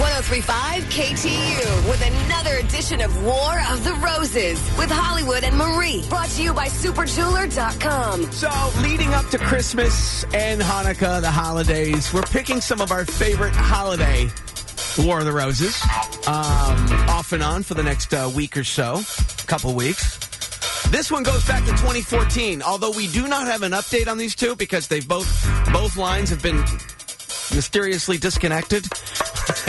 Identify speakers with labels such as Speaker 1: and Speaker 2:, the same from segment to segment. Speaker 1: 1035 KTU with another edition of War of the Roses with Hollywood and Marie. Brought to you by superjeweler.com.
Speaker 2: So, leading up to Christmas and Hanukkah, the holidays, we're picking some of our favorite holiday War of the Roses um, off and on for the next uh, week or so, couple weeks. This one goes back to 2014, although we do not have an update on these two because they've both both lines have been mysteriously disconnected.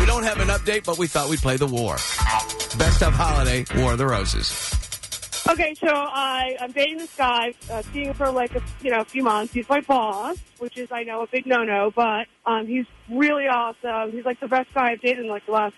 Speaker 2: we don't have an update, but we thought we'd play the war. Best of holiday, War of the Roses.
Speaker 3: Okay, so I, I'm dating this guy, uh, seeing him for like a, you know a few months. He's my boss, which is I know a big no-no, but um, he's really awesome. He's like the best guy I've dated in like the last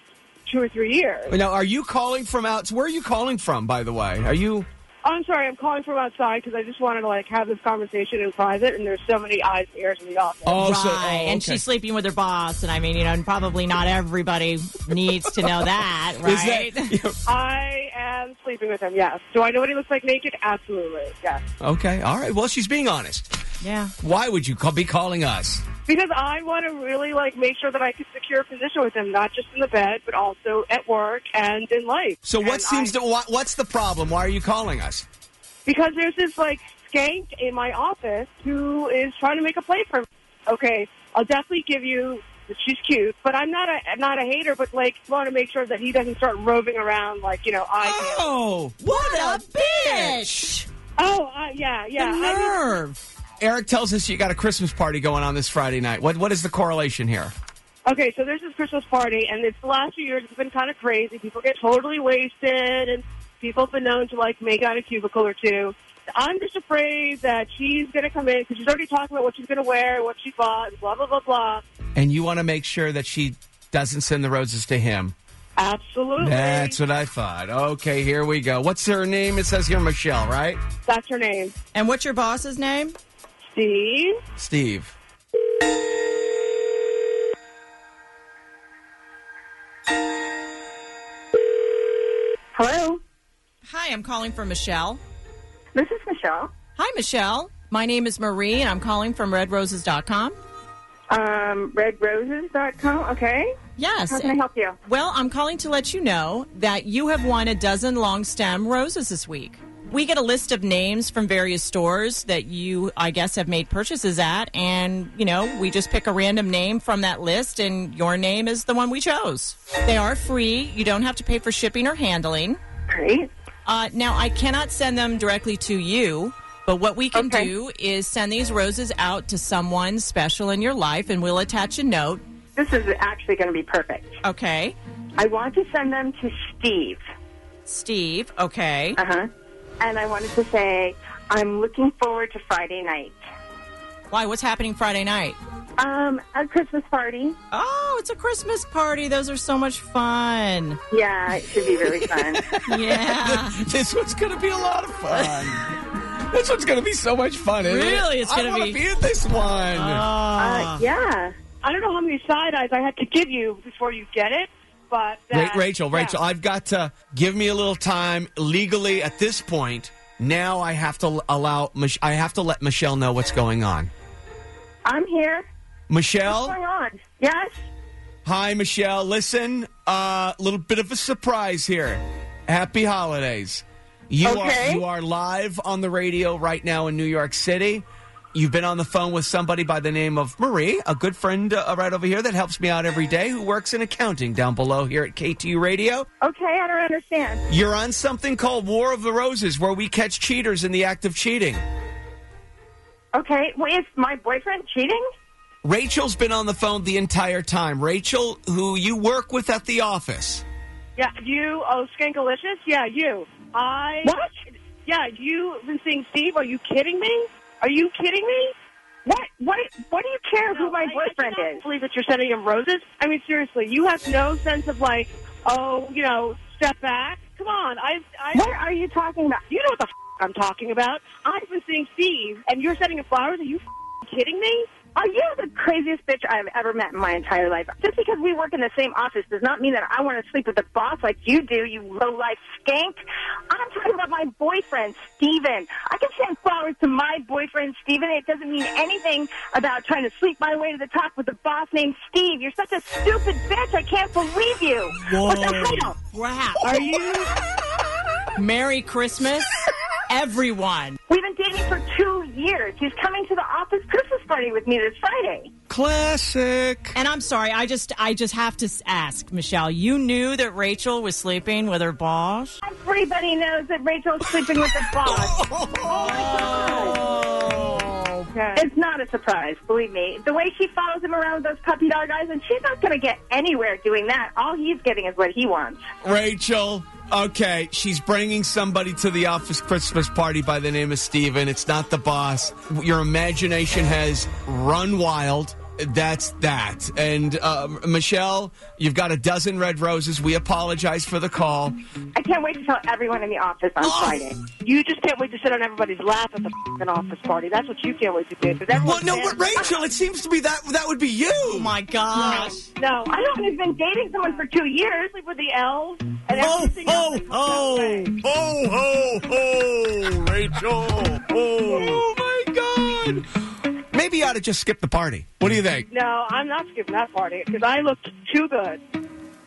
Speaker 3: two or three years.
Speaker 2: Now, are you calling from out? Where are you calling from, by the way? Are you?
Speaker 3: I'm sorry, I'm calling from outside because I just wanted to like have this conversation in private, and there's so many eyes and ears in the office.
Speaker 2: Oh,
Speaker 4: right.
Speaker 2: so- oh,
Speaker 4: And
Speaker 2: okay.
Speaker 4: she's sleeping with her boss. And I mean, you know, and probably not everybody needs to know that,
Speaker 2: Is
Speaker 4: right?
Speaker 2: that-
Speaker 3: I am sleeping with him. Yes. Do I know what he looks like naked? Absolutely. Yes.
Speaker 2: okay, all right. Well, she's being honest.
Speaker 4: yeah.
Speaker 2: Why would you call, be calling us?
Speaker 3: Because I want to really like make sure that I can secure a position with him, not just in the bed, but also at work and in life.
Speaker 2: So, what
Speaker 3: And
Speaker 2: seems
Speaker 3: I-
Speaker 2: to what, what's the problem? Why are you calling us?
Speaker 3: Because there's this like skank in my office who is trying to make a play for me. Okay, I'll definitely give you. She's cute, but I'm not a I'm not a hater. But like, want to make sure that he doesn't start roving around like you know I. can.
Speaker 2: Oh, what,
Speaker 4: What a bitch!
Speaker 3: Oh uh, yeah, yeah. I mean,
Speaker 2: nerve! Eric tells us you got a Christmas party going on this Friday night. What what is the correlation here?
Speaker 3: Okay, so there's this Christmas party, and it's the last few years it's been kind of crazy. People get totally wasted, and people have been known to like make out a cubicle or two. I'm just afraid that she's going to come in because she's already talking about what she's going to wear, and what she bought, and blah blah blah blah.
Speaker 2: And you want to make sure that she doesn't send the roses to him.
Speaker 3: Absolutely,
Speaker 2: That's what I thought. Okay, here we go. What's her name? It says here Michelle, right?
Speaker 3: that's her name,
Speaker 4: And what's your boss's name?
Speaker 3: Steve.
Speaker 2: Steve.
Speaker 5: Hello,
Speaker 4: Hi, I'm calling for Michelle.
Speaker 5: this is Michelle.
Speaker 4: Hi, Michelle. My name is Marie, and I'm calling from redroses.com.
Speaker 5: Um, redroses.com, okay?
Speaker 4: Yes.
Speaker 5: How can I help you?
Speaker 4: Well, I'm calling to let you know that you have won a dozen long stem roses this week. We get a list of names from various stores that you, I guess, have made purchases at, and you know, we just pick a random name from that list, and your name is the one we chose. They are free; you don't have to pay for shipping or handling.
Speaker 5: Great.
Speaker 4: Uh, now, I cannot send them directly to you, but what we can
Speaker 5: Okay.
Speaker 4: do is send these roses out to someone special in your life, and we'll attach a note.
Speaker 5: This is actually going to be perfect.
Speaker 4: Okay,
Speaker 5: I want to send them to Steve.
Speaker 4: Steve. Okay.
Speaker 5: Uh huh. And I wanted to say, I'm looking forward to Friday night.
Speaker 4: Why? What's happening Friday night?
Speaker 5: Um, a Christmas party.
Speaker 4: Oh, it's a Christmas party. Those are so much fun.
Speaker 5: Yeah, it should be really fun. Uh,
Speaker 4: Yeah.
Speaker 2: This one's going to be a lot of fun. this one's going to be so much fun. isn't it?
Speaker 4: Really? It's
Speaker 2: I
Speaker 4: gonna
Speaker 2: wanna
Speaker 4: be- Oh,
Speaker 2: in this one.
Speaker 5: uh, yeah.
Speaker 3: I don't know how many side eyes I had to give you before you get it, but
Speaker 2: Ra-
Speaker 3: that,
Speaker 2: Rachel,
Speaker 3: yeah.
Speaker 2: Rachel, I've got to give me a little time legally at this point. Now I have to allow Mich- I have to let Michelle know what's going on.
Speaker 5: I'm here.
Speaker 2: Michelle,
Speaker 5: What's going on? Yes?
Speaker 2: hi Michelle. Listen, a uh, little bit of a surprise here. Happy holidays. You
Speaker 5: Okay.
Speaker 2: are you are live on the radio right now in New York City. You've been on the phone with somebody by the name of Marie, a good friend uh, right over here that helps me out every day who works in accounting down below here at KTU Radio.
Speaker 5: Okay, I don't understand.
Speaker 2: You're on something called War of the Roses, where we catch cheaters in the act of cheating.
Speaker 5: Okay, well, is my boyfriend cheating?
Speaker 2: Rachel's been on the phone the entire time. Rachel, who you work with at the office.
Speaker 3: Yeah, you, oh, Skankalicious? Yeah, you. I.
Speaker 5: What?
Speaker 3: Yeah, you've been seeing Steve. Are you kidding me? Are you kidding me?
Speaker 5: What? What? What do you care who my
Speaker 3: I-
Speaker 5: boyfriend
Speaker 3: I cannot
Speaker 5: is?
Speaker 3: believe that you're sending him roses. I mean, seriously, you have no sense of, like, oh, you know, step back. Come on. I, I,
Speaker 5: What are you talking about?
Speaker 3: You know what the f- I'm talking about. I've been seeing Steve, and you're sending him flowers. Are you f- kidding me?
Speaker 5: Are you the craziest bitch I've ever met in my entire life? Just because we work in the same office does not mean that I want to sleep with a boss like you do, you low life skank. I'm talking about my boyfriend, Steven. I can send flowers to my boyfriend, Steven. It doesn't mean anything about trying to sleep my way to the top with a boss named Steve. You're such a stupid bitch. I can't believe you. What the hell?
Speaker 4: Crap.
Speaker 5: Are you?
Speaker 4: Merry Christmas, everyone.
Speaker 5: We've been dating for two years. He's coming to the office Christmas party with me this Friday.
Speaker 2: Classic.
Speaker 4: And I'm sorry, I just I just have to s- ask, Michelle, you knew that Rachel was sleeping with her boss?
Speaker 5: Everybody knows that Rachel's sleeping with the boss. Oh, my God.
Speaker 4: Oh.
Speaker 5: It's not a surprise, believe me. The way she follows him around with those puppy dog eyes, and she's not going to get anywhere doing that. All he's getting is what he wants.
Speaker 2: Rachel. Okay, she's bringing somebody to the office Christmas party by the name of Steven. It's not the boss. Your imagination has run wild. That's that. And uh, Michelle, you've got a dozen red roses. We apologize for the call.
Speaker 5: I can't wait to tell everyone in the office on Friday.
Speaker 3: You just can't wait to sit on everybody's lap at the f***ing office party. That's what you can't wait to do. 'cause
Speaker 2: Well,
Speaker 3: everyone's
Speaker 2: no,
Speaker 3: mad.
Speaker 2: but Rachel, it seems to be that that would be you.
Speaker 4: Oh my gosh.
Speaker 3: No,
Speaker 5: I know he's been dating someone for two years.
Speaker 3: sleep with the elves and
Speaker 2: Oh,
Speaker 3: everything else
Speaker 2: oh,
Speaker 3: that comes that
Speaker 2: oh,
Speaker 3: way.
Speaker 2: oh, oh, oh, Rachel. Oh. oh, my God. Maybe you ought to just skip the party. What do you think?
Speaker 3: No, I'm not skipping that party because I looked too good.